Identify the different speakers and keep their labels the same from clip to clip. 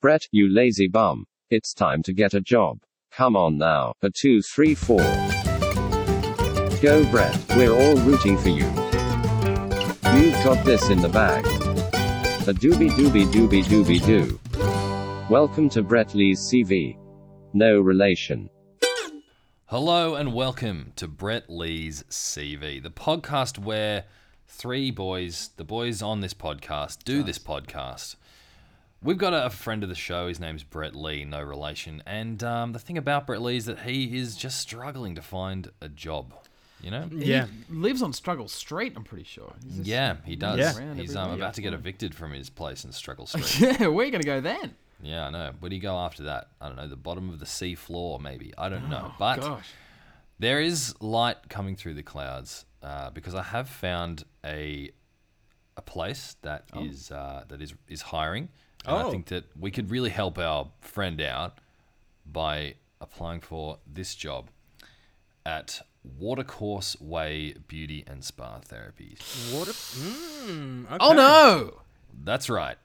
Speaker 1: Brett, you lazy bum. It's time to get a job. Come on now. A two, three, four. Go, Brett. We're all rooting for you. You've got this in the bag. A doobie doobie doobie doobie doo. Welcome to Brett Lee's CV. No relation.
Speaker 2: Hello and welcome to Brett Lee's CV, the podcast where three boys, the boys on this podcast, do this podcast. We've got a friend of the show. His name's Brett Lee, no relation. And um, the thing about Brett Lee is that he is just struggling to find a job. You know?
Speaker 3: Yeah.
Speaker 4: He lives on Struggle Street, I'm pretty sure. He's just-
Speaker 2: Yeah, he does.
Speaker 4: Yeah.
Speaker 2: He's um, about to get evicted from his place in Struggle Street.
Speaker 4: Yeah, we're going to go then.
Speaker 2: yeah, I know. Where'd he go after that? I don't know. The bottom of the sea floor, maybe. I don't know. But
Speaker 4: Oh, Gosh.
Speaker 2: There is light coming through the clouds uh, because I have found a a place that is uh, that is is hiring. And I
Speaker 3: Oh.
Speaker 2: think that we could really help our friend out by applying for this job at Watercourse Way Beauty and Spa Therapies.
Speaker 3: Water. Mm, okay.
Speaker 4: Oh, no.
Speaker 2: That's right.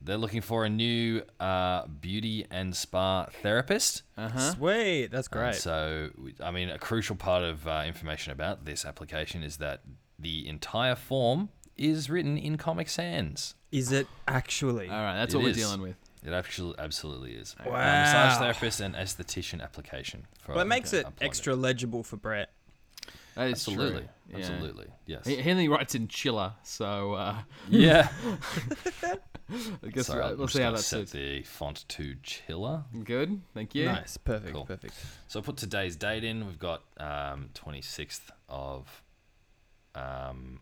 Speaker 2: They're looking for a new uh, beauty and spa therapist.
Speaker 3: Sweet. That's
Speaker 2: And
Speaker 3: great.
Speaker 2: So, we- I mean, a crucial part of uh, information about this application is that the entire form is written in Comic Sans.
Speaker 3: Is it actually?
Speaker 4: All right, that's
Speaker 2: It
Speaker 4: what we're
Speaker 2: is.
Speaker 4: dealing with.
Speaker 2: It absolutely, absolutely is. A massage
Speaker 3: Wow.
Speaker 2: therapist and esthetician application. For
Speaker 3: Well, it makes it
Speaker 2: employment.
Speaker 3: extra legible for Brett.
Speaker 4: That is
Speaker 2: Absolutely,
Speaker 4: true. Yeah.
Speaker 2: absolutely, yes.
Speaker 4: He, he only writes in Chiller, so uh,
Speaker 2: Yeah.
Speaker 4: I guess
Speaker 2: Sorry, I'm
Speaker 4: we'll
Speaker 2: just
Speaker 4: see how
Speaker 2: gonna
Speaker 4: that
Speaker 2: set
Speaker 4: suits.
Speaker 2: the font to chiller.
Speaker 4: Good, thank you.
Speaker 3: Nice. Perfect.
Speaker 2: Cool.
Speaker 3: Perfect.
Speaker 2: So I put today's date in. We've got um, 26th of um,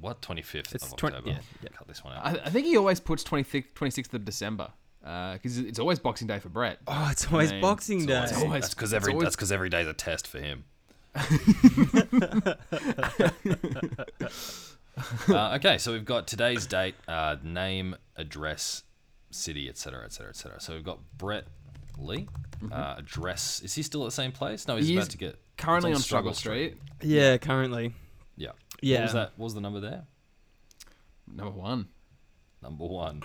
Speaker 2: what 25th
Speaker 3: It's
Speaker 2: of
Speaker 3: twen-
Speaker 2: October.
Speaker 3: yeah, yeah.
Speaker 2: Cut this one out.
Speaker 4: I, I think he always puts 26th, 26th of December because it's always Boxing Day for Brett.
Speaker 3: Oh, it's always
Speaker 4: Name.
Speaker 3: Boxing Day.
Speaker 4: always- Oh, it's-
Speaker 2: that's because
Speaker 4: it's
Speaker 2: every
Speaker 4: always-
Speaker 2: that's because every day's a test for him. uh, okay, so we've got today's date, uh, name, address, city, etc., etc., etc. So we've got Brett Lee.
Speaker 4: Mm-hmm.
Speaker 2: Uh, address is he still at the same place? No, he's,
Speaker 4: He's
Speaker 2: about to get he's
Speaker 4: Currently on, Struggle Street.
Speaker 3: yeah, currently.
Speaker 2: Yeah, What
Speaker 3: Yeah.
Speaker 2: was that? What was the number there?
Speaker 4: number one.
Speaker 2: Number one.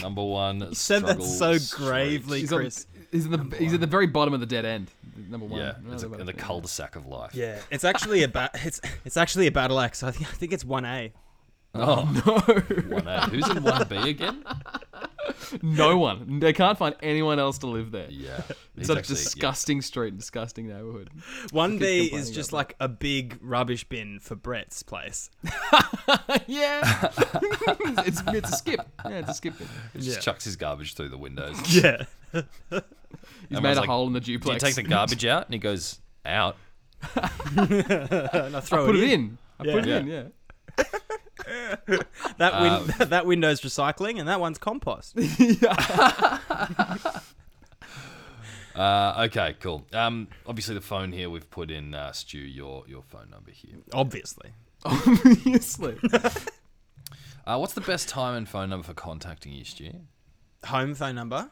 Speaker 2: Number one.
Speaker 3: You said that
Speaker 2: Struggle
Speaker 3: so
Speaker 2: Street.
Speaker 3: gravely,
Speaker 4: He's, on,
Speaker 3: Chris.
Speaker 4: he's, in the, he's at the very bottom of the dead end. Number one.
Speaker 2: Yeah,
Speaker 4: No,
Speaker 2: it's a,
Speaker 4: number
Speaker 2: in the
Speaker 4: one.
Speaker 2: cul-de-sac of life.
Speaker 3: Yeah, it's actually a ba- it's it's actually a battle axe. I think I think it's one A.
Speaker 2: Oh,
Speaker 4: No.
Speaker 2: one A. Who's in one B again?
Speaker 4: No one. They can't find anyone else to live there.
Speaker 2: Yeah.
Speaker 4: It's
Speaker 2: he's
Speaker 4: such a
Speaker 2: actually- yeah.
Speaker 4: disgusting street and disgusting neighborhood.
Speaker 3: One B
Speaker 4: complaining
Speaker 3: is just like a big rubbish bin for Brett's place.
Speaker 4: yeah. it's, it's a skip. Yeah, it's a skip. Bit.
Speaker 2: He just
Speaker 3: Yeah.
Speaker 2: chucks his garbage through the windows.
Speaker 3: Yeah.
Speaker 4: He's
Speaker 2: Everyone's
Speaker 4: made a
Speaker 2: like,
Speaker 4: hole in the
Speaker 2: Do you
Speaker 4: duplex.
Speaker 2: take the garbage out? And he goes, out.
Speaker 3: and I throw
Speaker 4: Put
Speaker 3: it,
Speaker 4: it in. I put it
Speaker 2: Yeah.
Speaker 4: in, yeah.
Speaker 3: That win- that, window's recycling and that one's compost.
Speaker 2: Uh, okay, cool. Um, obviously, the phone here, we've put in, uh, Stu, your, your phone number here.
Speaker 3: Obviously.
Speaker 4: Obviously.
Speaker 2: Uh, what's the best time and phone number for contacting you, Stu?
Speaker 3: Home phone number.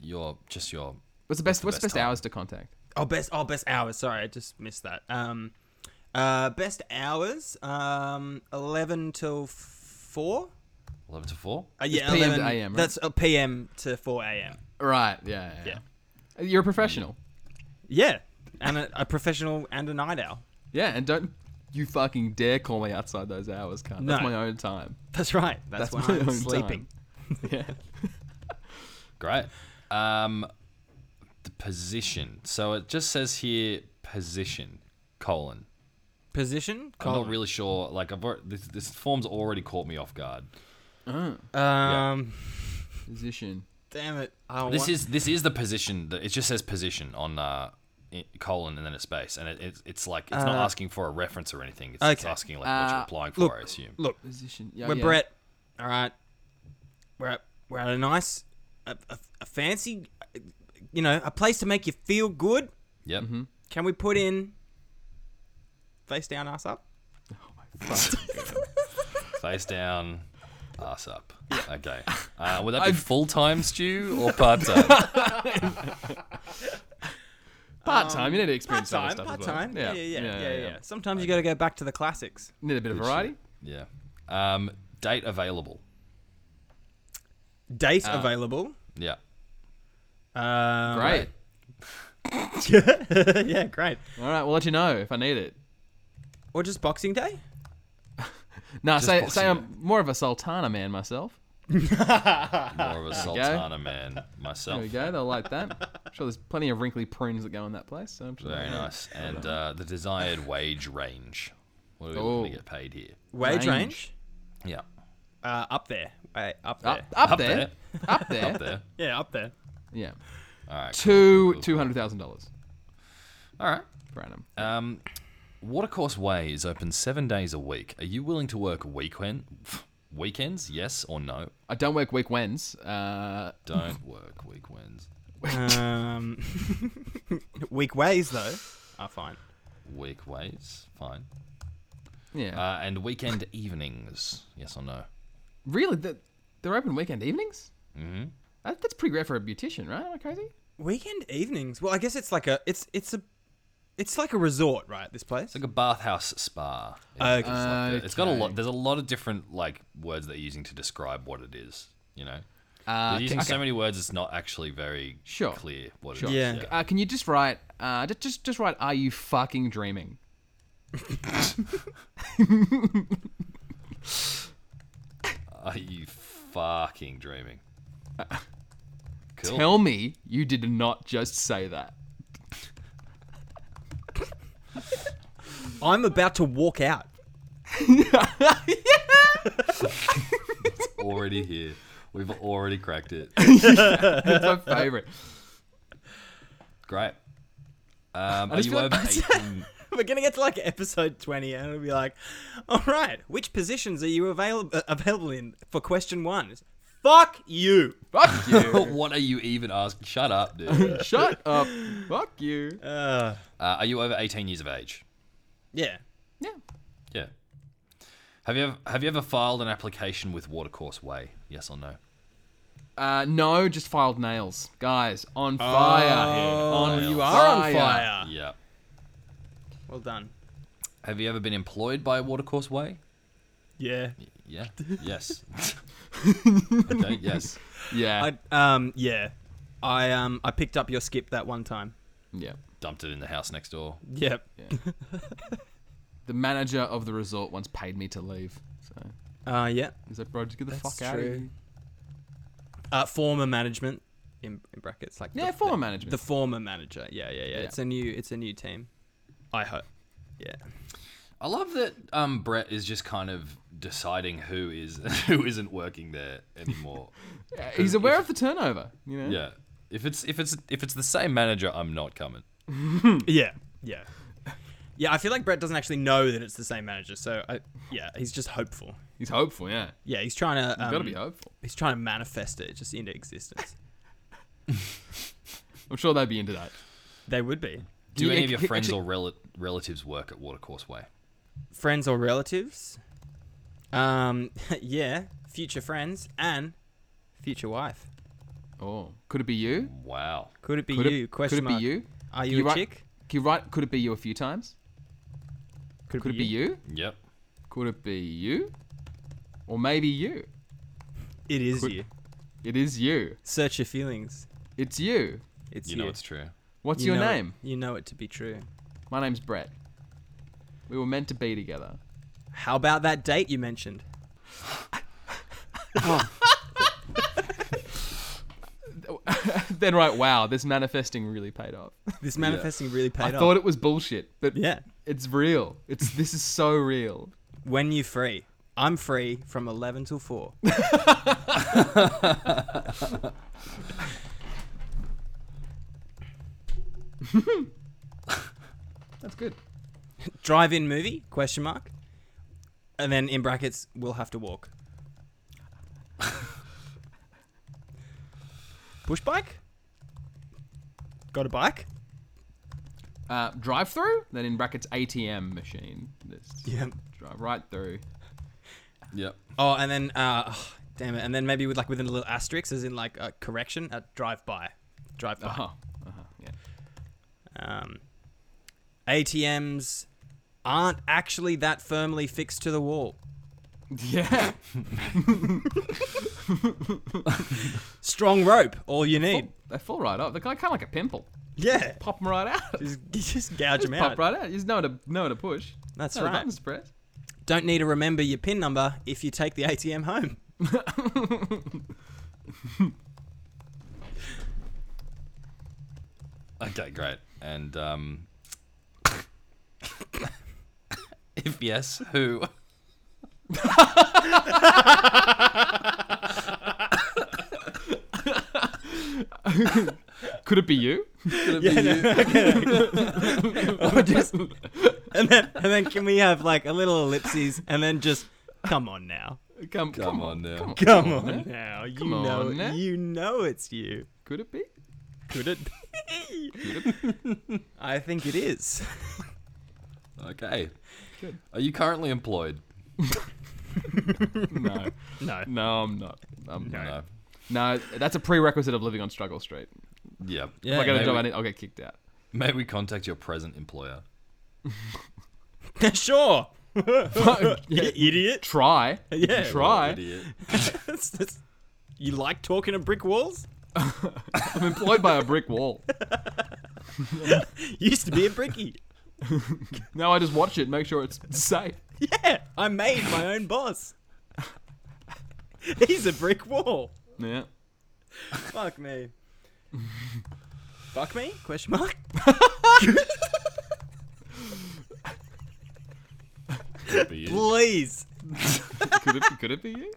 Speaker 2: Your, just your,
Speaker 4: What's the best what's
Speaker 2: best
Speaker 4: the best
Speaker 2: time?
Speaker 4: hours to contact?
Speaker 3: Oh best oh best hours. Sorry, I just missed that. Um, uh, best hours. Um, eleven till four.
Speaker 2: 11 to 4?
Speaker 3: Uh, yeah,
Speaker 4: PM to
Speaker 3: 11
Speaker 4: AM, right?
Speaker 3: That's uh, PM to four AM.
Speaker 4: Right, yeah, yeah. You're a professional.
Speaker 3: Yeah, and a, a professional and a night owl.
Speaker 4: Yeah, and don't you fucking dare call me outside those hours, cunt. That's
Speaker 3: No.
Speaker 4: my own time.
Speaker 3: That's right. That's,
Speaker 4: That's
Speaker 3: why
Speaker 4: my
Speaker 3: I'm
Speaker 4: own
Speaker 3: sleeping.
Speaker 4: time. Yeah.
Speaker 2: Great. Um, the position. So it just says here, position, colon.
Speaker 3: Position.
Speaker 2: I'm
Speaker 3: Colin.
Speaker 2: not really sure. Like, I've, alre- this, this form's already caught me off guard.
Speaker 3: Um,
Speaker 4: Position.
Speaker 3: damn it. I
Speaker 2: This
Speaker 3: want-
Speaker 2: is this is the position. That, it just says position on uh, i- colon and then a space, and it, it's it's like it's not asking for a reference or anything. It's, it's
Speaker 3: okay.
Speaker 2: asking like what you're
Speaker 4: Uh,
Speaker 2: applying for.
Speaker 3: look,
Speaker 2: I assume.
Speaker 3: look.
Speaker 4: Position. Yeah,
Speaker 3: We're
Speaker 4: yeah.
Speaker 3: Brett. All right. We're at, we're at a nice, a, a, a fancy, uh, you know, a place to make you feel good.
Speaker 2: Yep.
Speaker 4: Mm-hmm.
Speaker 3: Can we put in face down, ass up?
Speaker 2: Face down, ass up. Okay. Uh, would that be full time, Stu, or part time?
Speaker 4: Part time, you need to experience
Speaker 3: Time,
Speaker 4: that stuff.
Speaker 3: part
Speaker 4: as well.
Speaker 3: time. Yeah, yeah, yeah, yeah, yeah, Sometimes you got to go back to the classics.
Speaker 4: Need a bit of variety.
Speaker 2: yeah. Um, date available.
Speaker 3: Date available.
Speaker 2: Yeah.
Speaker 3: Um,
Speaker 4: Great.
Speaker 3: yeah, great.
Speaker 4: All right, we'll let you know if I need it.
Speaker 3: Or just Boxing Day?
Speaker 4: Nah, say,
Speaker 2: Boxing
Speaker 4: say I'm more of a Sultana man myself.
Speaker 2: More of a Sultana man myself.
Speaker 4: There we go. They'll like that. I'm sure there's plenty of wrinkly prunes that go in that place. So I'm sure
Speaker 2: Very nice. And uh, the desired wage range. What are we
Speaker 4: Oh.
Speaker 2: looking to get paid here?
Speaker 3: Wage range?
Speaker 4: Range.
Speaker 2: Yeah.
Speaker 3: Uh, up there. Way up there.
Speaker 4: Up, up,
Speaker 2: Up
Speaker 4: there.
Speaker 2: there.
Speaker 4: Up there.
Speaker 2: Up there.
Speaker 3: Yeah, up there.
Speaker 4: Yeah.
Speaker 2: All right.
Speaker 4: Two $200,000
Speaker 2: All right.
Speaker 4: per annum. Uh,
Speaker 2: Um, Watercourse Way is open seven days a week. Are you willing to work weekend weekends? Yes or no?
Speaker 4: I don't work weekends. Uh,
Speaker 2: Don't work weekends.
Speaker 3: Um, weak ways, though, are fine.
Speaker 2: Weekways, fine.
Speaker 4: yeah.
Speaker 2: Uh, and weekend evenings, yes or no?
Speaker 4: really? The, they're open weekend evenings? Mm-hmm. That, that's pretty great for a beautician, right? Am I crazy?
Speaker 3: Weekend evenings. Well, I guess it's like a it's it's a it's like a resort, right? This place.
Speaker 2: It's like a bathhouse spa. It's,
Speaker 3: Okay.
Speaker 2: it's like the- it's got a lot.
Speaker 4: Okay.
Speaker 2: There's a lot of different like words they're using to describe what it is. You know,
Speaker 4: Uh,
Speaker 2: they're
Speaker 4: ca-
Speaker 2: using
Speaker 4: okay.
Speaker 2: so many words, it's not actually very
Speaker 4: Sure.
Speaker 2: clear what it is.
Speaker 4: Sure.
Speaker 3: Yeah.
Speaker 4: Uh, can you just write? Uh, just, just just write. Are you fucking dreaming?
Speaker 2: Are you fucking dreaming? Cool.
Speaker 4: Tell me you did not just say that.
Speaker 3: I'm about to walk out.
Speaker 2: already here. We've already cracked it.
Speaker 4: It's my favorite.
Speaker 2: Great. Um, are
Speaker 4: just
Speaker 2: you
Speaker 4: feel
Speaker 2: over
Speaker 4: like-
Speaker 2: 18?
Speaker 3: We're gonna get to like episode twenty, and it'll be like, all right, which positions are you available uh, available in for question one? It's, Fuck you.
Speaker 4: Fuck you.
Speaker 2: what are you even asking? Shut up, dude.
Speaker 4: Shut up. Fuck you.
Speaker 3: Uh,
Speaker 2: Uh, are you over 18 years of age?
Speaker 3: yeah.
Speaker 4: yeah.
Speaker 2: Yeah. Have you ever, have you ever filed an application with Watercourse Way? Yes or no?
Speaker 4: Uh, no, just filed nails, guys. On fire.
Speaker 3: Oh,
Speaker 4: Yeah.
Speaker 3: you are on
Speaker 4: Fire.
Speaker 3: fire.
Speaker 2: Yeah.
Speaker 3: Well done.
Speaker 2: Have you ever been employed by Watercourse Way?
Speaker 3: Yeah.
Speaker 2: Yeah. Yes. okay. Yes.
Speaker 4: Yeah.
Speaker 3: I um yeah, I um I picked up your skip that one time.
Speaker 4: yeah.
Speaker 2: Dumped it in the house next door.
Speaker 3: Yep.
Speaker 4: The manager of the resort once paid me to leave. So
Speaker 3: Uh yeah.
Speaker 4: he's like, bro, just get the
Speaker 3: That's
Speaker 4: fuck out of
Speaker 3: true.
Speaker 4: here.
Speaker 3: Uh, former management in, in brackets like
Speaker 4: Yeah,
Speaker 3: the,
Speaker 4: former
Speaker 3: the-
Speaker 4: management.
Speaker 3: The former manager. Yeah, yeah, yeah,
Speaker 4: Yeah.
Speaker 3: It's a new it's a new team. I hope. Yeah.
Speaker 2: I love that um, Brett is just kind of deciding who is who isn't working there anymore.
Speaker 4: Yeah, he's aware of the turnover. You know.
Speaker 2: Yeah. If it's if it's if it's the same manager, I'm not coming.
Speaker 3: Yeah. Yeah. Yeah, I feel like Brett doesn't actually know that it's the same manager, so I, yeah, he's just hopeful.
Speaker 4: He's hopeful. Yeah.
Speaker 3: Yeah, he's trying to um,
Speaker 4: Got to be hopeful.
Speaker 3: he's trying to manifest it just into existence.
Speaker 4: I'm sure they'd be into that.
Speaker 3: they would be
Speaker 2: Do
Speaker 4: Yeah,
Speaker 2: any of your
Speaker 4: c-
Speaker 2: friends
Speaker 4: actually-
Speaker 2: or rel- relatives work at Watercourse Way?
Speaker 3: friends or relatives. Um, yeah, future friends and future wife.
Speaker 4: Oh, could it be you?
Speaker 2: Wow.
Speaker 3: Could it be
Speaker 4: Could
Speaker 3: you?
Speaker 4: It,
Speaker 3: Question
Speaker 4: could it
Speaker 3: mark.
Speaker 4: be you?
Speaker 3: Are
Speaker 4: Can
Speaker 3: you, a
Speaker 4: write,
Speaker 3: chick?
Speaker 4: Can you write? Could it be you a few times? Could it be you?
Speaker 2: Yep.
Speaker 4: Could it be you? Or maybe you?
Speaker 3: It is
Speaker 4: Could-
Speaker 3: you.
Speaker 4: It is you.
Speaker 3: Search your feelings.
Speaker 4: It's you.
Speaker 3: It's
Speaker 2: You
Speaker 3: you.
Speaker 2: know it's true.
Speaker 4: What's
Speaker 3: You
Speaker 4: your
Speaker 3: know it-
Speaker 4: name?
Speaker 3: you know it to be true.
Speaker 4: My name's Brett. We were meant to be together.
Speaker 3: How about that date you mentioned?
Speaker 4: then right, wow, this manifesting really paid off.
Speaker 3: This manifesting really paid
Speaker 4: I
Speaker 3: off.
Speaker 4: thought it was bullshit, but
Speaker 3: yeah.
Speaker 4: it's real. It's this is so real.
Speaker 3: When you free. I'm free from 11 till 4.
Speaker 4: That's good.
Speaker 3: Drive-in movie? Question mark. And then in brackets, we'll have to walk. Push bike? Got a bike?
Speaker 4: Uh, drive through, then in brackets ATM machine. This
Speaker 3: Yeah.
Speaker 4: drive right through.
Speaker 2: Yep.
Speaker 3: Oh, and then uh, oh, damn it, and then maybe with like within a little asterisk, as in like a correction at drive by, drive by.
Speaker 4: Uh huh. Uh huh. Yeah.
Speaker 3: Um, ATMs aren't actually that firmly fixed to the wall.
Speaker 4: Yeah.
Speaker 3: Strong rope, all you need.
Speaker 4: Oh, They fall right off. They're kind of like a pimple.
Speaker 3: Oh, Yeah.
Speaker 4: Pop them right out.
Speaker 3: Just, just gouge them out.
Speaker 4: Pop right out. You just know how to, know how to push.
Speaker 3: That's
Speaker 4: Know the
Speaker 3: right.
Speaker 4: buttons to press.
Speaker 3: Don't need to remember your PIN number if you take the ATM home.
Speaker 2: Okay, great. And um, if yes, who?
Speaker 4: Could it be you?
Speaker 3: Or just- and then and then can we have like a little ellipses and then just come on now.
Speaker 4: Come, come,
Speaker 2: Come
Speaker 4: on.
Speaker 2: on now.
Speaker 4: Come on.
Speaker 3: Come on now. You
Speaker 4: Come
Speaker 3: know
Speaker 4: on now.
Speaker 3: you know it's you.
Speaker 4: Could it be?
Speaker 3: Could it be? I think it is.
Speaker 2: Okay. Are you currently employed?
Speaker 4: No.
Speaker 3: No.
Speaker 4: No, I'm not. I'm no.
Speaker 2: No.
Speaker 4: No, that's a prerequisite of living on Struggle Street.
Speaker 2: Yeah.
Speaker 4: If I get a
Speaker 2: may
Speaker 4: job, I
Speaker 2: we,
Speaker 4: need, I'll get kicked out.
Speaker 2: may we contact your present employer?
Speaker 3: sure.
Speaker 4: Yeah,
Speaker 3: You idiot.
Speaker 4: Try.
Speaker 3: Yeah.
Speaker 4: Try.
Speaker 2: Idiot.
Speaker 3: That's- that's- you like talking to brick walls?
Speaker 4: I'm employed by a brick wall.
Speaker 3: Used to be a brickie.
Speaker 4: Now I just watch it, make sure it's safe.
Speaker 3: Yeah, I made my own boss. He's a brick wall.
Speaker 4: Yeah.
Speaker 3: Fuck me. Fuck me? Question mark.
Speaker 2: Idiot.
Speaker 3: Please.
Speaker 4: Could it, could it be you?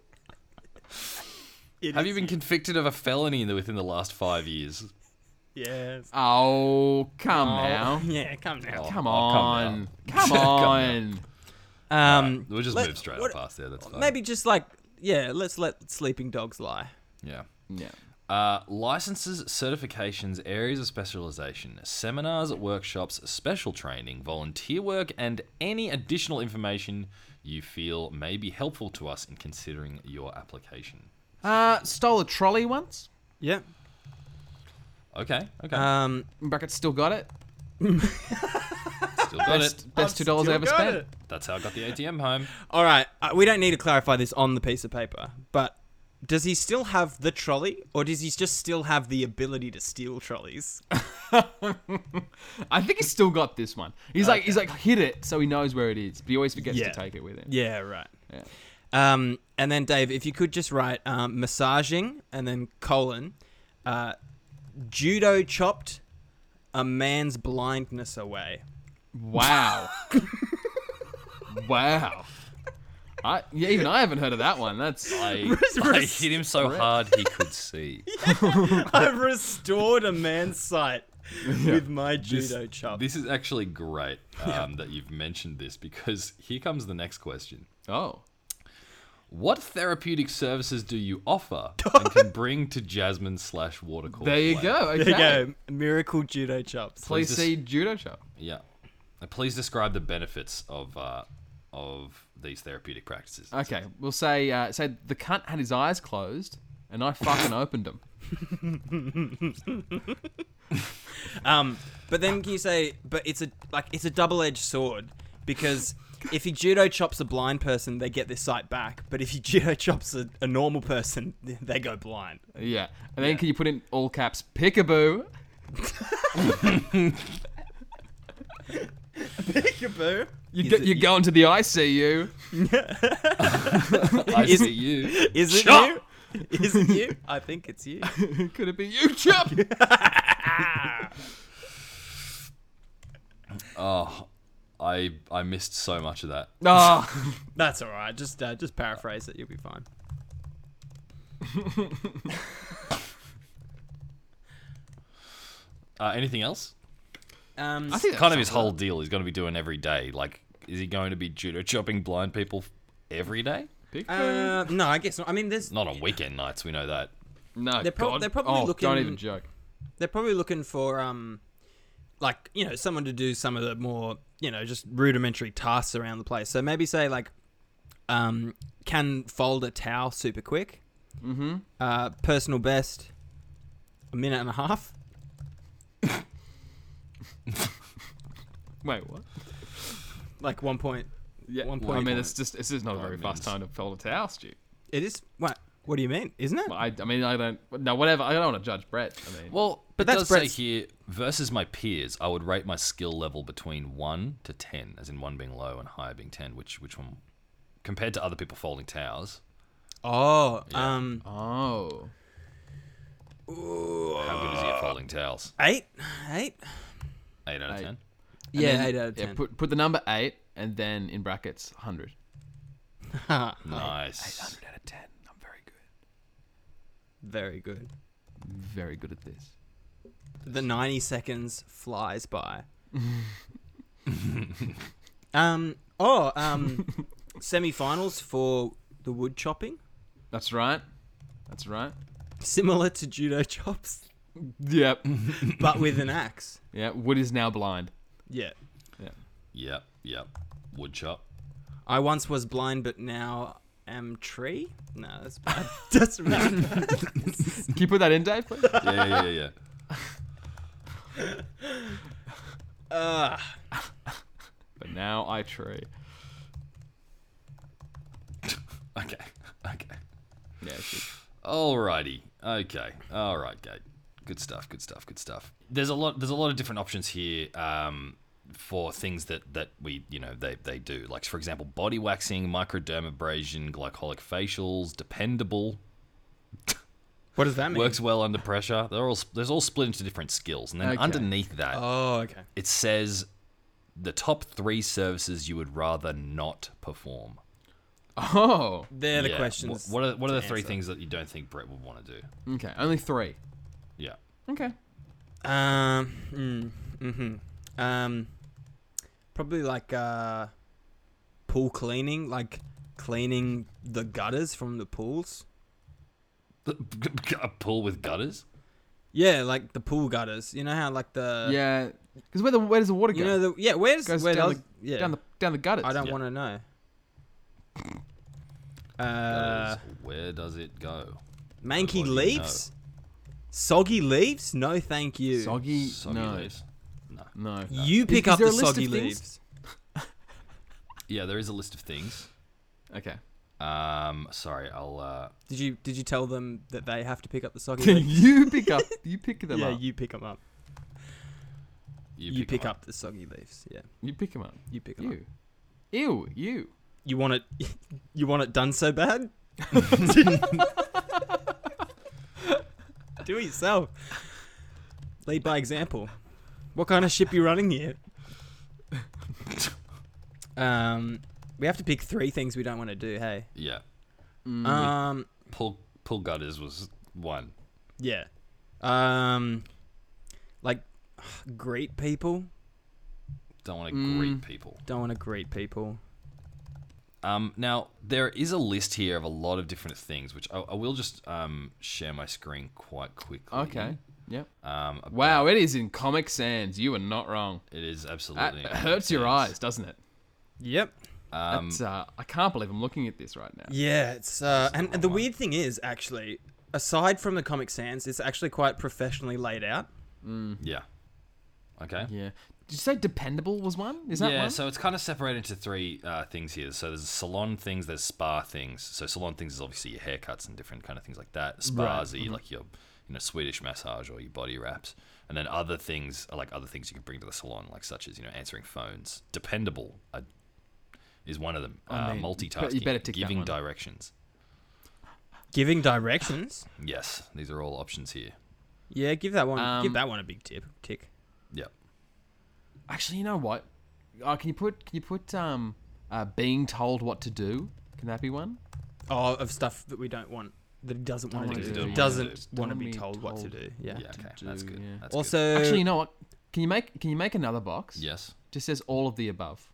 Speaker 3: It
Speaker 2: Have
Speaker 3: is
Speaker 2: you been convicted of a felony in the- within the last five years?
Speaker 3: Yes.
Speaker 4: Oh, come now.
Speaker 3: Yeah, come now.
Speaker 4: Come
Speaker 2: Oh, come
Speaker 4: on.
Speaker 2: now.
Speaker 4: Come,
Speaker 2: Come now.
Speaker 4: on.
Speaker 3: Um,
Speaker 2: We'll just
Speaker 3: let-
Speaker 2: move straight
Speaker 3: what-
Speaker 2: past there. That's fine.
Speaker 3: Maybe just like yeah, let's let sleeping dogs lie.
Speaker 2: Yeah.
Speaker 4: Yeah.
Speaker 2: Uh, licenses, certifications, areas of specialization, seminars, workshops, special training, volunteer work, and any additional information you feel may be helpful to us in considering your application.
Speaker 4: Uh, stole a trolley once.
Speaker 3: Yeah.
Speaker 2: Okay, okay.
Speaker 3: Um,
Speaker 4: In brackets, still got it.
Speaker 2: Still got it.
Speaker 4: Best two dollars I ever spent.
Speaker 2: That's how I got the ATM home.
Speaker 3: All right, uh, we don't need to clarify this on the piece of paper, but does he still have the trolley, or does he just still have the ability to steal trolleys?
Speaker 4: I think he's still got this one. He's like he's like hit it so he knows where it is, but he always forgets to take it with him.
Speaker 3: Yeah, right. Um, and then Dave, if you could just write um, massaging and then colon, uh, judo chopped a man's blindness away.
Speaker 4: Wow. wow. I yeah, even I haven't heard of that one. That's
Speaker 2: I, I hit him so hard he could see.
Speaker 3: I've restored a man's sight with my judo chop.
Speaker 2: This is actually great um, that you've mentioned this because here comes the next question.
Speaker 4: oh.
Speaker 2: What therapeutic services do you offer and can bring to Jasmine slash Watercourse?
Speaker 4: There you
Speaker 2: Lane?
Speaker 4: go. Okay.
Speaker 3: there you go, miracle judo chops.
Speaker 4: Please
Speaker 2: Please
Speaker 4: see judo shop.
Speaker 2: Yeah. And please describe the benefits of uh, of these therapeutic practices.
Speaker 4: Okay, we'll say uh, say the cunt had his eyes closed and I fucking opened them.
Speaker 3: Um, but then can you say? But it's a like it's a double-edged sword because if he judo chops a blind person, they get their sight back. But if he judo chops a, a normal person, they go blind.
Speaker 4: Yeah, and then can you put in all caps peekaboo?
Speaker 3: Peekaboo.
Speaker 4: You
Speaker 3: Is
Speaker 4: go,
Speaker 3: it
Speaker 4: you're
Speaker 3: you-
Speaker 4: going to the ICU.
Speaker 2: I
Speaker 3: Is-
Speaker 2: see you.
Speaker 3: Is it
Speaker 4: Chop.
Speaker 3: you? Is it you? I think it's you.
Speaker 4: Could it be you, chop?
Speaker 2: I I missed so much of that.
Speaker 4: Ah,
Speaker 3: That's all right. Just uh, just paraphrase it. You'll be fine.
Speaker 2: Uh, anything else?
Speaker 3: Um,
Speaker 4: I think
Speaker 2: Kind of his whole deal he's going to be doing every day. Like, is he going to be judo chopping blind people f- every day?
Speaker 4: Peekaboo.
Speaker 3: uh, no, I guess not. I mean, there's
Speaker 2: Not on weekend nights. We know that.
Speaker 4: no,
Speaker 3: they're prob-
Speaker 4: God.
Speaker 3: they're probably
Speaker 4: oh, Don't
Speaker 3: looking-
Speaker 4: even joke.
Speaker 3: they're probably looking for um like you know someone to do some of the more you know just rudimentary tasks around the place so maybe say like um can fold a towel super quick mm-hmm. uh personal best a minute and a half
Speaker 4: Wait, what?
Speaker 3: like 1.5
Speaker 4: Yeah,
Speaker 3: One
Speaker 4: I
Speaker 3: point.
Speaker 4: mean, it's just it's just not a very
Speaker 2: minutes.
Speaker 4: fast time to fold a towel, Stu.
Speaker 3: It is. What? What do you mean? Isn't it?
Speaker 4: I, I mean, I don't. No, whatever. I don't want to judge Brett. I mean,
Speaker 2: Well, but
Speaker 3: that's
Speaker 2: that's does say
Speaker 3: Brett's-
Speaker 2: here versus my peers, I would rate my skill level between one to ten, as in one being low and higher being ten. Which which one compared to other people folding towers?
Speaker 3: Oh, um,
Speaker 4: oh,
Speaker 2: How good is he at folding towels?
Speaker 3: eight, eight.
Speaker 2: Eight out of
Speaker 4: Eight.
Speaker 2: ten.
Speaker 4: And
Speaker 3: yeah,
Speaker 4: then-
Speaker 3: eight out of ten.
Speaker 4: Yeah, put put the number eight and then in brackets hundred.
Speaker 2: Nice.
Speaker 4: out of ten. I'm very good.
Speaker 3: Very good.
Speaker 4: Very good at this.
Speaker 3: The ninety seconds flies by. um. Oh. Um. semi-finals for the wood chopping,
Speaker 4: That's right. That's right.
Speaker 3: similar to judo chops,
Speaker 4: Yep.
Speaker 3: but with an axe.
Speaker 4: yeah. Wood is now blind.
Speaker 3: Yeah.
Speaker 2: Yep, yep. Wood chop.
Speaker 3: I once was blind, but now am tree. No, that's bad. that's bad.
Speaker 4: Can you put that in, Dave? Please?
Speaker 2: Yeah, yeah, yeah, yeah.
Speaker 3: Ugh.
Speaker 4: but now I tree.
Speaker 2: yeah. okay, okay.
Speaker 4: Yeah. It's
Speaker 2: Alrighty. Okay. All right, Gate. Good stuff. Good stuff. Good stuff. There's a lot. There's a lot of different options here um, for things that that we you know they they do. Like for example, body waxing, microdermabrasion, glycolic facials, dependable
Speaker 3: What does that mean?
Speaker 2: works well under pressure. They're all there's all split into different skills, and then
Speaker 4: Okay.
Speaker 2: underneath that
Speaker 3: Oh, okay.
Speaker 2: it says the top three services you would rather not perform.
Speaker 4: oh.
Speaker 3: They're the
Speaker 2: Yeah. Wh-
Speaker 3: questions.
Speaker 2: What are what are the
Speaker 3: to
Speaker 2: three
Speaker 3: answer.
Speaker 2: things that you don't think Brett would want to do?
Speaker 4: Okay. Only three.
Speaker 2: Yeah.
Speaker 4: Okay.
Speaker 3: Um, mm, hmm um, probably like uh, pool cleaning, like cleaning the gutters from the pools.
Speaker 2: A pool with gutters.
Speaker 3: Yeah, like the pool gutters. You know how like the
Speaker 4: yeah. Because where the where does the water go?
Speaker 3: you know the yeah. Where's
Speaker 4: Goes
Speaker 3: where
Speaker 4: down
Speaker 3: does
Speaker 4: the-
Speaker 3: yeah
Speaker 4: Down the down the gutters.
Speaker 3: I don't
Speaker 2: Yeah.
Speaker 3: want to know. Uh,
Speaker 2: Gutters, where does it go?
Speaker 3: manky
Speaker 2: what do you
Speaker 3: leaves, soggy leaves. No, thank you.
Speaker 4: Soggy.
Speaker 2: Soggy
Speaker 4: no.
Speaker 2: leaves.
Speaker 4: No.
Speaker 3: You pick
Speaker 4: is
Speaker 3: up
Speaker 4: there
Speaker 3: the
Speaker 4: a list of
Speaker 3: soggy
Speaker 4: things?
Speaker 3: leaves.
Speaker 2: Yeah, there is a list of things.
Speaker 4: Okay.
Speaker 2: Um, sorry, I'll. Uh,
Speaker 3: Did you did you tell them that they have to pick up the soggy leaves?
Speaker 4: you pick up. You pick them
Speaker 3: yeah,
Speaker 4: up. You,
Speaker 3: you pick them up.
Speaker 2: you,
Speaker 3: You, pick, up. the soggy leaves. Yeah,
Speaker 4: pick them up.
Speaker 3: you pick 'em up.
Speaker 4: You. Ew. You.
Speaker 3: You want it? You want it done so bad? Do it yourself. Lead by example. What kind of ship you running here? Um, we have to pick three things we don't want to do. Hey.
Speaker 2: Yeah,
Speaker 4: Uh,
Speaker 3: Um.
Speaker 2: pull pull gutters was one.
Speaker 3: Yeah. Um. Like, greet people.
Speaker 2: Don't want to
Speaker 4: Mm.
Speaker 2: greet people.
Speaker 3: Don't want to greet people.
Speaker 2: Um, now there is a list here of a lot of different things, which I, I will just um share my screen quite quickly.
Speaker 4: Okay. Yep.
Speaker 2: Um,
Speaker 4: Wow. It is in Comic Sans. You are not wrong.
Speaker 2: it is
Speaker 4: That
Speaker 2: absolutely.
Speaker 4: hurts your eyes, doesn't it?
Speaker 3: Yep.
Speaker 2: Um,
Speaker 4: That's, uh, I can't believe I'm looking at this right now.
Speaker 3: Um, Yeah, it's uh, and, and the weird thing is actually, aside from the Comic Sans, it's actually quite professionally laid out.
Speaker 2: Yeah. Okay.
Speaker 4: Yeah. Did you say dependable was one? Is that
Speaker 2: yeah,
Speaker 4: one?
Speaker 2: so it's kind of separated into three uh, things here. So there's salon things, there's spa things. So salon things is obviously your haircuts and different kind of things like that. Spas
Speaker 4: mhm.
Speaker 2: are like your you know Swedish massage or your body wraps, and then other things are like other things you can bring to the salon, like such as you know answering phones. Dependable uh, is one of them. Uh,
Speaker 4: mean, you bet- you
Speaker 2: multitasking,
Speaker 4: better tick that
Speaker 2: giving
Speaker 4: one.
Speaker 2: directions.
Speaker 3: Giving directions.
Speaker 2: Yes, these are all options here.
Speaker 3: Yeah, give that one.
Speaker 4: Um,
Speaker 3: give that one a big tip. Tick.
Speaker 2: Yep.
Speaker 4: Actually, you know what? Uh, can you put can you put um uh, being told what to do? Can that be one?
Speaker 3: Oh, of stuff that we don't want, that he doesn't want
Speaker 4: Don't
Speaker 3: to
Speaker 4: wanna
Speaker 3: do,
Speaker 4: do.
Speaker 3: that doesn't
Speaker 4: Don't
Speaker 3: want to
Speaker 4: wanna
Speaker 3: be
Speaker 4: be
Speaker 3: told, what to
Speaker 4: told.
Speaker 3: do. Yeah.
Speaker 2: Yeah. Okay. That's good.
Speaker 4: yeah.
Speaker 2: That's good.
Speaker 3: Also,
Speaker 4: Actually, you know what? Can you make can you make another box?
Speaker 2: yes,
Speaker 4: Just says all of the above.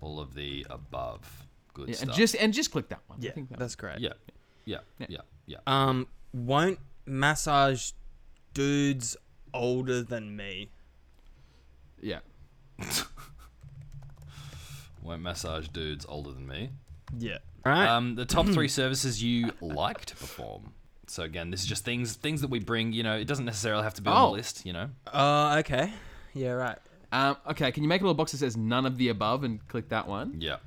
Speaker 2: all of the above. Good
Speaker 4: Yeah,
Speaker 2: stuff.
Speaker 4: and just and just click that one. I
Speaker 3: yeah,
Speaker 4: think that
Speaker 3: that's great.
Speaker 2: yeah, yeah,
Speaker 4: Yeah.
Speaker 2: yeah, yeah.
Speaker 3: Um, won't massage dudes older than me.
Speaker 4: yeah.
Speaker 2: Won't massage dudes older than me.
Speaker 3: Yeah. All right.
Speaker 2: Um, the top
Speaker 4: Mm.
Speaker 2: three services you like to perform. So again, this is just things things that we bring. You know, it doesn't necessarily have to be on
Speaker 4: Oh.
Speaker 2: the list. You know,
Speaker 3: Uh, okay. Yeah. Right.
Speaker 4: Um, okay, can you make a little box that says none of the above and click that one?
Speaker 2: Yeah.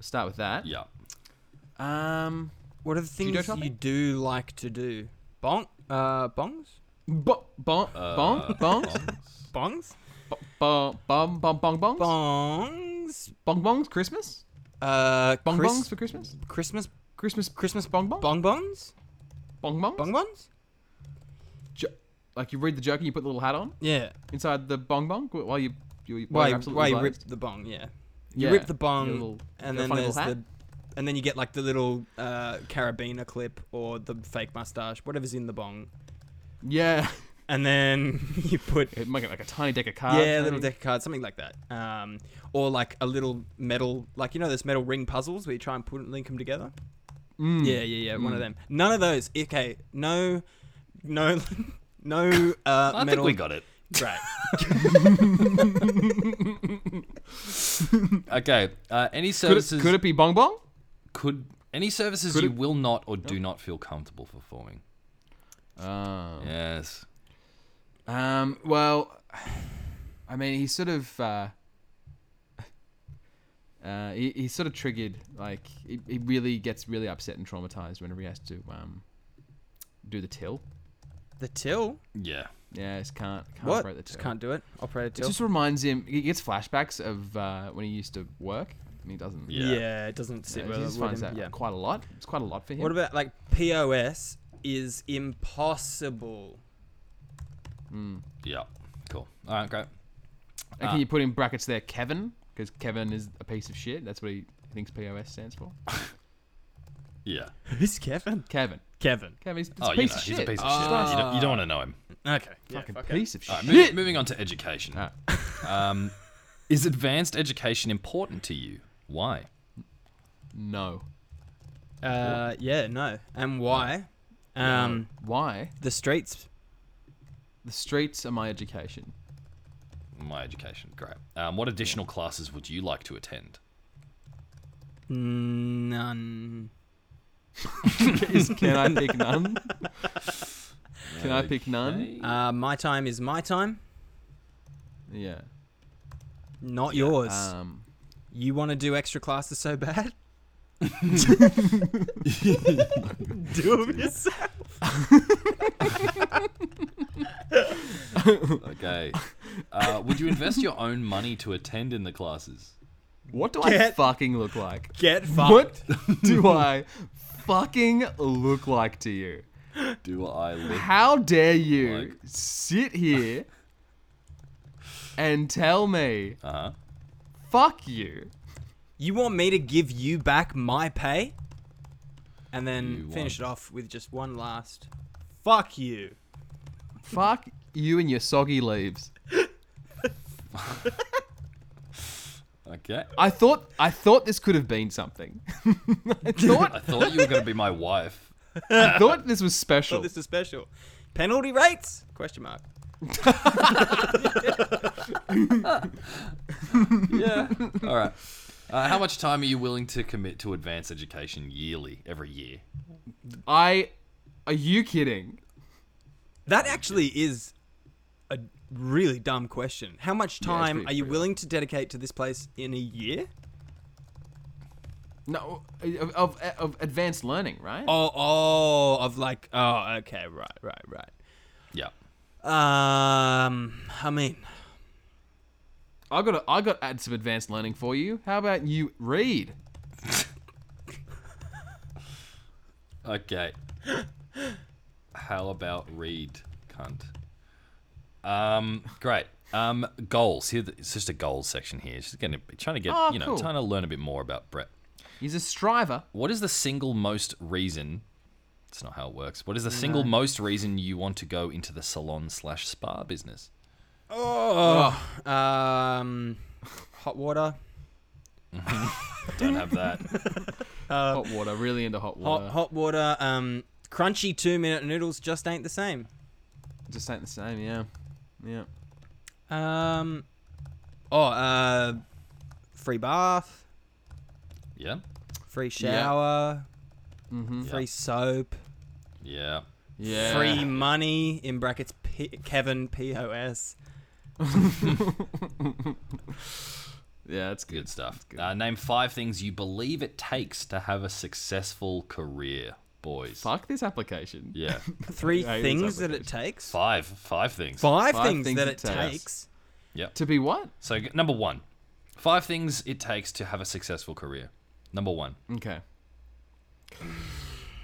Speaker 4: Start with that.
Speaker 2: Mm. Yeah.
Speaker 4: Um,
Speaker 3: What are the
Speaker 4: you
Speaker 3: things
Speaker 4: do
Speaker 3: you do,
Speaker 4: something?
Speaker 3: like to do? Bong? Uh, bongs?
Speaker 4: bo- bon-
Speaker 2: Uh,
Speaker 4: bong, bong,
Speaker 3: Bongs?
Speaker 4: bo- bo- bong, bong, bong, bongs, bong,
Speaker 3: Bongs?
Speaker 4: bongs, Christmas,
Speaker 3: Uh,
Speaker 4: bong,
Speaker 3: Chris-
Speaker 4: bongs for Christmas,
Speaker 3: Christmas
Speaker 4: Christmas,
Speaker 3: Christmas
Speaker 4: bong, bong,
Speaker 3: bong bongs?
Speaker 4: bong, bongs.
Speaker 3: Bong bongs?
Speaker 4: Jo- like you read the joke and you put the little hat on
Speaker 3: Yeah.
Speaker 4: inside the bong bong while you you while
Speaker 3: Why,
Speaker 4: you're absolutely
Speaker 3: why you
Speaker 4: blazed.
Speaker 3: rip the bong, yeah.
Speaker 4: Yeah.
Speaker 3: You rip the
Speaker 4: Your
Speaker 3: bong,
Speaker 4: little-
Speaker 3: and
Speaker 4: your
Speaker 3: then
Speaker 4: funny
Speaker 3: there's
Speaker 4: little
Speaker 3: the,
Speaker 4: hat.
Speaker 3: and then you get like the little uh, carabiner clip or the fake mustache, whatever's in the bong,
Speaker 4: yeah.
Speaker 3: and then you put
Speaker 4: It might get like a tiny deck of cards.
Speaker 3: yeah, a little
Speaker 4: maybe.
Speaker 3: deck of cards, something like that, um, or like a little metal, like you know those metal ring puzzles where you try and put link them together.
Speaker 4: Mm.
Speaker 3: Yeah, yeah, yeah, one of them. None of those. Okay, no, no, no. Uh,
Speaker 2: I think
Speaker 3: metal.
Speaker 2: we got it.
Speaker 3: Great.
Speaker 2: Okay. Uh, any
Speaker 4: Could
Speaker 2: services
Speaker 4: it, could it be bong bong?
Speaker 2: could- any services
Speaker 4: could
Speaker 2: you
Speaker 4: it-
Speaker 2: will not or
Speaker 4: Oh.
Speaker 2: do not feel comfortable performing.
Speaker 4: Um,
Speaker 2: Yes.
Speaker 4: Um, well, I mean, he sort of, uh, uh, he, he sort of triggered, like, he, he really gets really upset and traumatized whenever he has to, um, do the till.
Speaker 3: The till.
Speaker 2: Yeah.
Speaker 4: Yeah, just can't, can't
Speaker 3: What?
Speaker 4: operate the till.
Speaker 3: Just can't do it. Operator
Speaker 4: it
Speaker 3: till.
Speaker 4: just reminds him, he gets flashbacks of, uh, when he used to work, and he doesn't.
Speaker 2: Yeah.
Speaker 3: yeah. it doesn't sit
Speaker 4: Yeah,
Speaker 3: well
Speaker 4: he just
Speaker 3: with
Speaker 4: finds
Speaker 3: him.
Speaker 4: that
Speaker 3: Yeah.
Speaker 4: quite a lot. It's quite a lot for him.
Speaker 3: What about like POS is impossible?
Speaker 2: Yeah. Cool. All right. Great.
Speaker 4: and
Speaker 2: uh,
Speaker 4: can you put in brackets there, Kevin? Because Kevin is a piece of shit. That's what he thinks POS stands for.
Speaker 2: Yeah.
Speaker 3: Who's Kevin?
Speaker 4: Kevin.
Speaker 3: Kevin.
Speaker 4: Kevin, he's, he's
Speaker 2: Oh,
Speaker 4: a
Speaker 2: you
Speaker 4: piece
Speaker 2: know,
Speaker 4: of
Speaker 2: he's
Speaker 4: shit.
Speaker 2: a piece of shit. man. You don't, you don't want to know him.
Speaker 3: Okay.
Speaker 4: Fucking piece of
Speaker 2: All right,
Speaker 4: shit.
Speaker 2: moving, moving on to education.
Speaker 4: Ah.
Speaker 2: Um, is advanced education important to you? Why?
Speaker 4: No.
Speaker 3: Uh, yeah, no. And why? Um,
Speaker 4: Why?
Speaker 3: the streets.
Speaker 4: The streets are my education.
Speaker 2: My education. Great. Um, what additional classes would you like to attend?
Speaker 3: None.
Speaker 4: Can I pick none? Can I pick none?
Speaker 2: Okay.
Speaker 3: Uh, my time is my time,
Speaker 4: Yeah.
Speaker 3: not yours.
Speaker 4: Um.
Speaker 3: you want to do extra classes so bad? do 'em yourself.
Speaker 2: Okay. Uh, would you invest your own money to attend in the classes?
Speaker 4: What do I
Speaker 3: Get-
Speaker 4: fucking look like?
Speaker 3: Get fucked.
Speaker 4: What do I fucking look like to you?
Speaker 2: Do I look?
Speaker 4: How dare you
Speaker 2: Like-
Speaker 4: sit here and tell me
Speaker 2: Uh huh.
Speaker 4: fuck you?
Speaker 3: You want me to give you back my pay? And
Speaker 2: You
Speaker 3: then
Speaker 2: want-
Speaker 3: finish it off with just one last fuck you.
Speaker 4: Fuck you and your soggy leaves.
Speaker 2: Okay.
Speaker 4: I thought I thought this could have been something. I
Speaker 2: I
Speaker 4: thought
Speaker 2: thought you were going to be my wife.
Speaker 4: I thought this was special.
Speaker 3: Oh, this is special. Penalty rates? Question mark.
Speaker 2: Yeah. All right. Uh, how much time are you willing to commit to advanced education yearly, every year?
Speaker 4: I are you kidding?
Speaker 3: That actually is a really dumb question. How much time
Speaker 4: pretty-
Speaker 3: are you
Speaker 4: pretty
Speaker 3: willing to dedicate to this place in a year?
Speaker 4: No, of, of, of advanced learning, right?
Speaker 3: Oh, oh, of like, oh, okay, right, right, right.
Speaker 2: Yeah.
Speaker 3: Um, I mean,
Speaker 4: I got a, I got ad- some advanced learning for you. How about you read?
Speaker 2: Okay. How about read, cunt? Um, great. Um, goals. Here, it's just a goals section here. She's going to be trying to get,
Speaker 4: Oh,
Speaker 2: you know,
Speaker 4: cool.
Speaker 2: trying to learn a bit more about Brett.
Speaker 4: He's a striver.
Speaker 2: What is the single most reason? It's not how it works. What is the single most reason you want to go into the salon slash spa business?
Speaker 3: oh, um, hot water,
Speaker 2: Don't have that.
Speaker 4: hot water, really into hot
Speaker 3: hot,
Speaker 4: water.
Speaker 3: hot water, um, crunchy two minute noodles just ain't the same.
Speaker 4: Just ain't the same, yeah, yeah.
Speaker 3: Um, oh, uh, free bath,
Speaker 2: yeah.
Speaker 3: free
Speaker 4: Yeah.
Speaker 3: shower,
Speaker 4: Mm-hmm.
Speaker 3: free soap,
Speaker 2: Yeah.
Speaker 4: Yeah.
Speaker 3: free money in brackets P- Kevin POS.
Speaker 4: Yeah, that's good.
Speaker 2: Good stuff. Uh, name five things you believe it takes to have a successful career, boys.
Speaker 4: Fuck this application.
Speaker 2: Yeah,
Speaker 3: Three
Speaker 4: Yeah, it is
Speaker 3: things that it takes.
Speaker 2: five, five things.
Speaker 3: Five,
Speaker 4: Five
Speaker 3: things,
Speaker 4: things
Speaker 3: that
Speaker 4: it
Speaker 3: it
Speaker 4: takes.
Speaker 3: takes.
Speaker 4: To be what?
Speaker 2: So g- number one, five things it takes to have a successful career. Number one,
Speaker 4: Okay.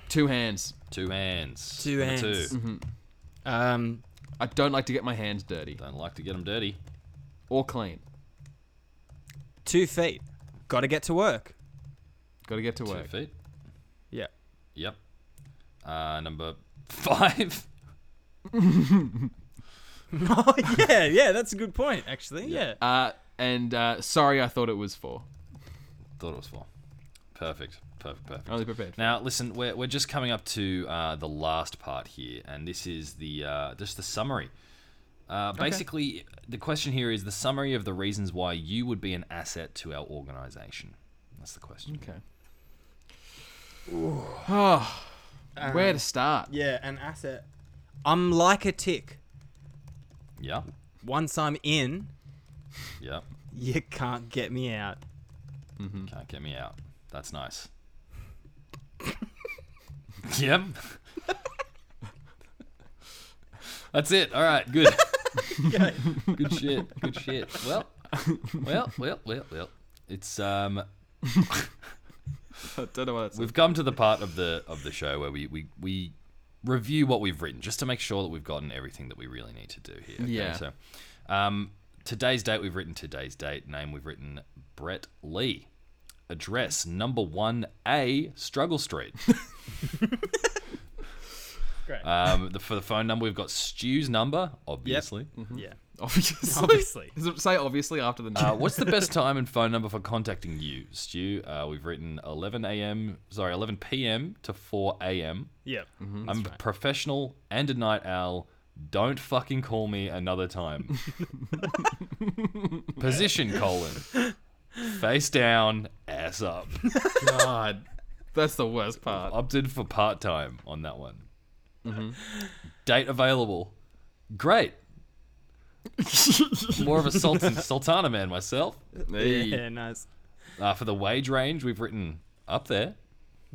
Speaker 4: Two hands.
Speaker 2: two hands.
Speaker 3: Two
Speaker 2: Number
Speaker 3: hands. Mm-hmm.
Speaker 2: Two,
Speaker 3: Um,
Speaker 4: I don't like to get my hands dirty
Speaker 2: don't like to get them dirty.
Speaker 4: or clean.
Speaker 3: two feet. Got to get to work.
Speaker 4: Got to get to work.
Speaker 2: Two feet.
Speaker 3: Yeah.
Speaker 2: Yep. Uh, number five.
Speaker 3: oh yeah, yeah. That's a good point, actually. Yeah.
Speaker 4: Uh, and uh, sorry, I thought it was four.
Speaker 2: Thought it was four. Perfect. Perfect. Perfect.
Speaker 4: Only prepared. for-
Speaker 2: Now, listen, we're, we're just coming up to uh, the last part here, and this is the uh, just the summary. Uh, basically, the question here is the summary of the reasons why you would be an asset to our organization. That's the question.
Speaker 4: Okay. Oh,
Speaker 2: Um,
Speaker 4: where to start?
Speaker 3: Yeah, an asset. I'm like a tick.
Speaker 2: Yeah,
Speaker 3: Once I'm in,
Speaker 2: yeah.
Speaker 3: you can't get me out.
Speaker 2: Can't get me out. That's nice. yep. That's it. All right. Good. good shit. Good shit. Well, well, well, well, well. It's um.
Speaker 4: I don't know what it's.
Speaker 2: We've come to the part of the of the show where we we, we review what we've written just to make sure that we've gotten everything that we really need to do here. okay?
Speaker 4: Yeah.
Speaker 2: So, um, today's date we've written today's date name we've written Brett Lee. Address number one A Struggle Street.
Speaker 3: Great.
Speaker 2: Um, the, for the phone number we've got Stu's number obviously.
Speaker 3: Yeah.
Speaker 4: Obviously.
Speaker 3: Obviously.
Speaker 4: Does it say obviously after the name?
Speaker 2: Uh, what's the best time and phone number for contacting you, Stu? Uh, we've written 11 a.m. Sorry, 11 p.m. to 4 a.m.
Speaker 3: Yeah.
Speaker 4: Mm-hmm.
Speaker 2: I'm professional and a night owl. Don't fucking call me another time. Position colon. Face down, ass up.
Speaker 4: God, that's the worst part.
Speaker 2: Opted for part time on that one. Date available. Great. More of a Sultan, Sultana man myself.
Speaker 4: Hey.
Speaker 3: Yeah. Nice.
Speaker 2: Uh, for the wage range, we've written up there.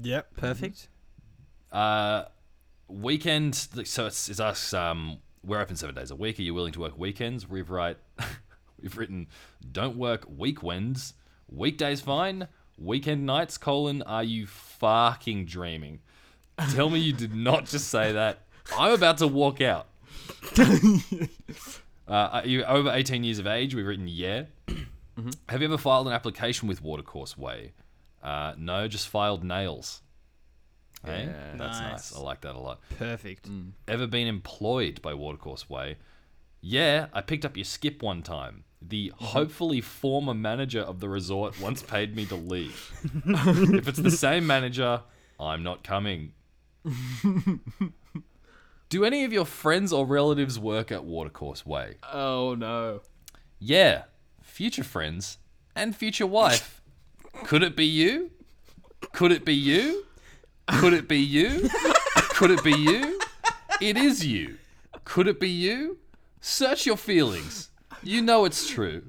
Speaker 3: Yep. Perfect.
Speaker 2: Uh, weekend. So it's, it's us. Um, we're open seven days a week. Are you willing to work weekends? We've write, we've written, don't work weekends. Weekdays fine. Weekend nights colon. Are you fucking dreaming? Tell me you did not just say that. I'm about to walk out. Uh, are you over 18 years of age? We've written yeah. Have you ever filed an application with Watercourse Way? Uh, no, just filed nails. Eh?
Speaker 4: Yeah.
Speaker 2: That's nice.
Speaker 3: Nice.
Speaker 2: I like that a lot.
Speaker 3: Mm-hmm. Perfect.
Speaker 4: Mm.
Speaker 2: Ever been employed by Watercourse Way? Yeah, I picked up your skip one time. The hopefully former manager of the resort once paid me to leave. if it's the same manager, I'm not coming. Do any of your friends or relatives work at Watercourse Way?
Speaker 4: Oh no.
Speaker 2: Yeah, future friends and future wife. Could it be you? Could it be you? Could it be you? Could it be you? It is you. Could it be you? Search your feelings. You know it's true.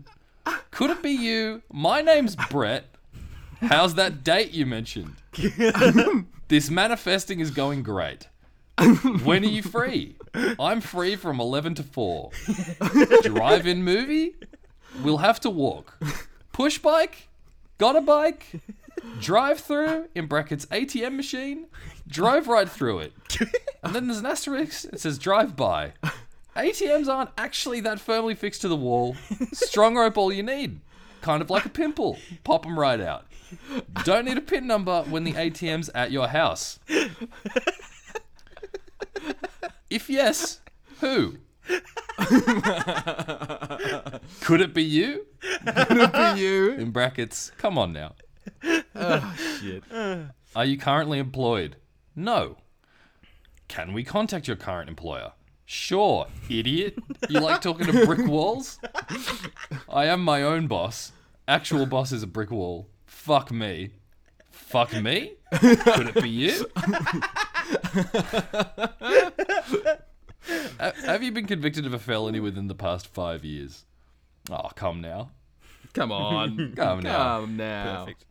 Speaker 2: Could it be you? My name's Brett. How's that date you mentioned? this manifesting is going great. When are you free? I'm free from 11 to 4 drive in movie? We'll have to walk. Push bike? Got a bike? Drive through, in brackets, ATM machine? Drove right through it. And then there's an asterisk. It says drive by. ATMs aren't actually that firmly fixed to the wall. Strong rope all you need. Kind of like a pimple. Pop 'em right out. Don't need a PIN number when the ATM's at your house. If yes, who? Could it be you?
Speaker 4: Be you. Oh,
Speaker 2: In brackets, come on now.
Speaker 4: Shit.
Speaker 2: Are you currently employed? No. Can we contact your current employer? Sure, idiot. You like talking to brick walls? I am my own boss. Actual boss is a brick wall. Fuck me. Fuck me? Could it be you? A- Have you been convicted of a felony within the past five years? Oh, come now.
Speaker 4: Come on.
Speaker 2: Come now.
Speaker 4: Come now.
Speaker 3: Perfect.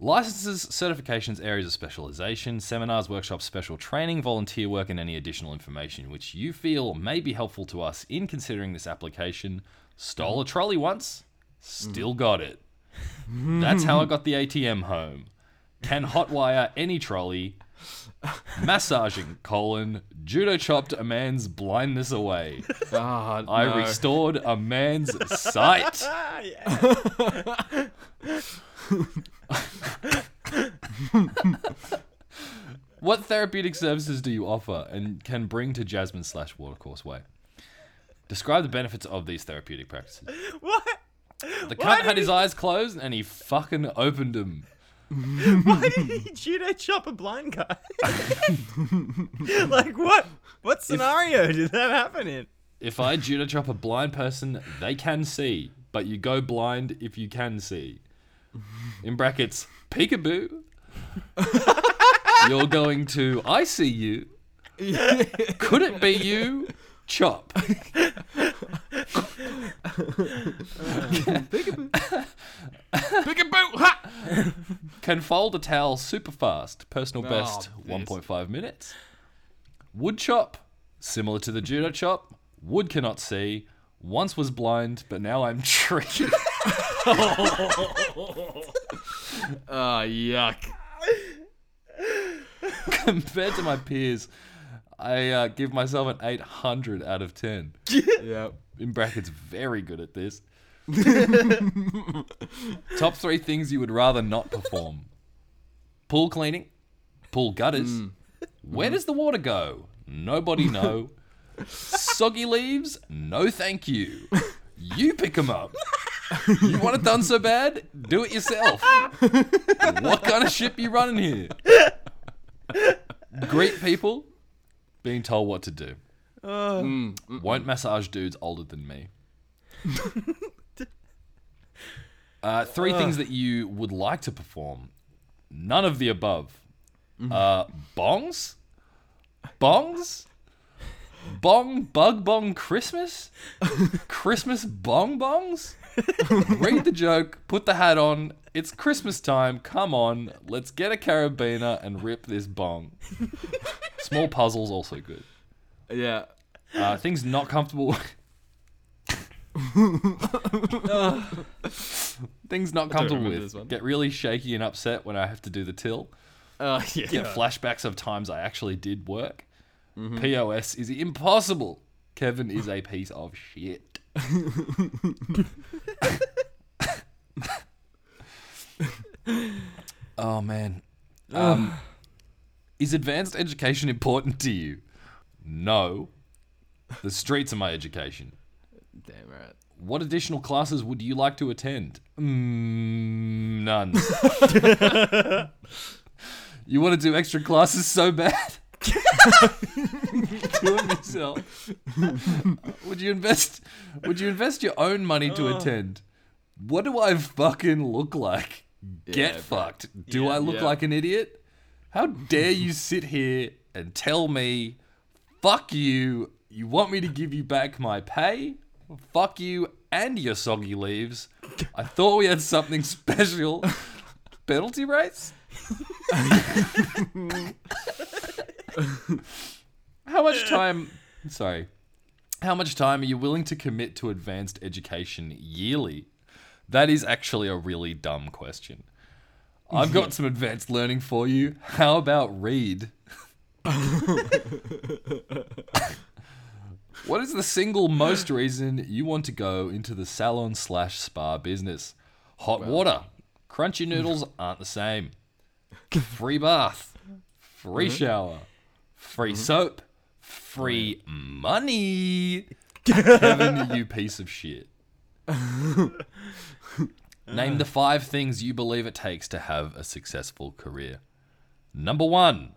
Speaker 2: Licenses, certifications, areas of specialization, seminars, workshops, special training, volunteer work, and any additional information which you feel may be helpful to us in considering this application. Stole a trolley once, still got it. That's how I got the ATM home. Can hotwire any trolley. Massaging colon judo chopped a man's blindness away.
Speaker 4: God,
Speaker 2: I
Speaker 4: Ah, no.
Speaker 2: restored a man's sight.
Speaker 3: Ah, yeah.
Speaker 2: What therapeutic services do you offer and can bring to Jasmine slash Watercourse Way? Describe the benefits of these therapeutic practices.
Speaker 3: what?
Speaker 2: The
Speaker 3: Why
Speaker 2: cunt had his eyes closed and he fucking opened them.
Speaker 3: Why did he judo chop a blind guy? like what? What scenario did that happen in?
Speaker 2: If I judo chop a blind person, they can see, but you go blind if you can see. In brackets, peekaboo. You're going to I see you. Could it be you? Chop.
Speaker 4: Pick a boot. Ha!
Speaker 2: Can fold a towel super fast. Personal best
Speaker 4: Oh, this.
Speaker 2: 1.5 minutes. Wood chop. Similar to the judo chop. Wood cannot see. Once was blind, but now I'm tricky.
Speaker 4: Oh, yuck.
Speaker 2: Compared to my peers, I uh, give myself an 800 out of 10.
Speaker 4: Yep.
Speaker 2: In brackets, very good at this. Top three things you would rather not perform pool cleaning, pool gutters. Where does the water go? Nobody know. Soggy leaves? No, thank you. You pick 'em up. You want it done so bad? Do it yourself. What kind of ship you running here? Greet people, being told what to do. Won't massage dudes older than me. uh, three things that you would like to perform. None of the above. Uh, bongs? Bongs? Bong bug bong Christmas? Christmas bong bongs? Read the joke, put the hat on. It's Christmas time. Come on, let's get a carabiner and rip this bong. Small puzzles also good.
Speaker 4: Yeah.
Speaker 2: Uh, things not comfortable. things not comfortable
Speaker 4: remember this one.
Speaker 2: with. Get really shaky and upset when I have to do the till.
Speaker 4: Uh, yeah. Mm-hmm.
Speaker 2: Get flashbacks of times I actually did work. POS is impossible. Kevin is a piece of shit. oh man. Um, is advanced education important to you? No. The streets are my education.
Speaker 4: Damn right.
Speaker 2: What additional classes would you like to attend? Mm, none. you want to do extra classes so bad? do it yourself. Uh, would you invest? Would you invest your own money
Speaker 4: Uh.
Speaker 2: to attend? What do I fucking look like? Get
Speaker 4: Yeah, bro.
Speaker 2: fucked. Do I look
Speaker 4: yeah.
Speaker 2: like an idiot? How dare you sit here and tell me Fuck you. You want me to give you back my pay? Fuck you and your soggy leaves. I thought we had something special. Penalty rates? How much time. Sorry. How much time are you willing to commit to advanced education yearly? That is actually a really dumb question. I've got some advanced learning for you. How about read? What is the single most reason you want to go into the salon slash spa business? Hot water. Crunchy noodles aren't the same. Free bath. Free shower. Free soap. Free money. Kevin, you piece of shit. Name the five things you believe it takes to have a successful career. Number one,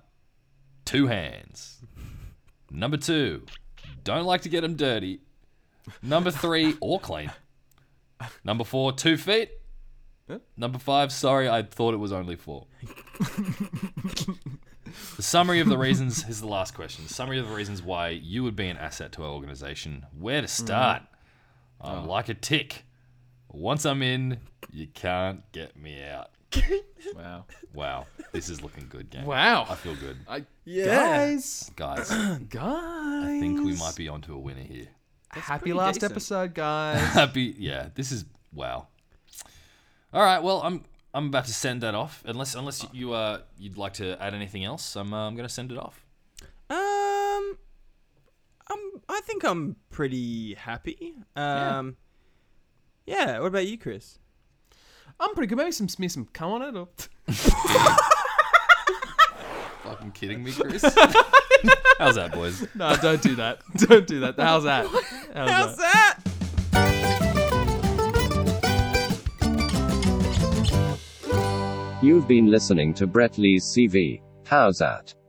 Speaker 2: two hands. Number two, don't like to get them dirty. Number three, or clean. Number four, two feet. Number five, sorry, I thought it was only four. the summary of the reasons is the last question. The summary of the reasons why you would be an asset to our organization. Where to start? I'm like a tick. Once I'm in, you can't get me out.
Speaker 4: Wow.
Speaker 2: Wow, this is looking good, game. I
Speaker 4: Wow.
Speaker 2: feel good,
Speaker 4: I,
Speaker 3: Yeah.
Speaker 4: Guys,
Speaker 2: guys. I
Speaker 4: guys.
Speaker 2: think we might be onto a winner here.
Speaker 4: happy
Speaker 3: pretty
Speaker 4: last
Speaker 3: decent.
Speaker 4: episode, guys.
Speaker 2: Happy, yeah. This is wow. All right, well, I'm I'm about to send that off. Unless unless you uh you'd like to add anything else, I'm uh, I'm gonna send it off.
Speaker 3: Um, I'm. I think I'm pretty happy. Um, yeah. What about you, Chris?
Speaker 4: I'm pretty good. Maybe some smear some cum on it. Or...
Speaker 2: Fucking kidding me, Chris? How's that, boys?
Speaker 4: No, don't do that. Don't do that. How's that? How's, that?
Speaker 3: that?
Speaker 1: You've been listening to Brett Lee's CV. How's that?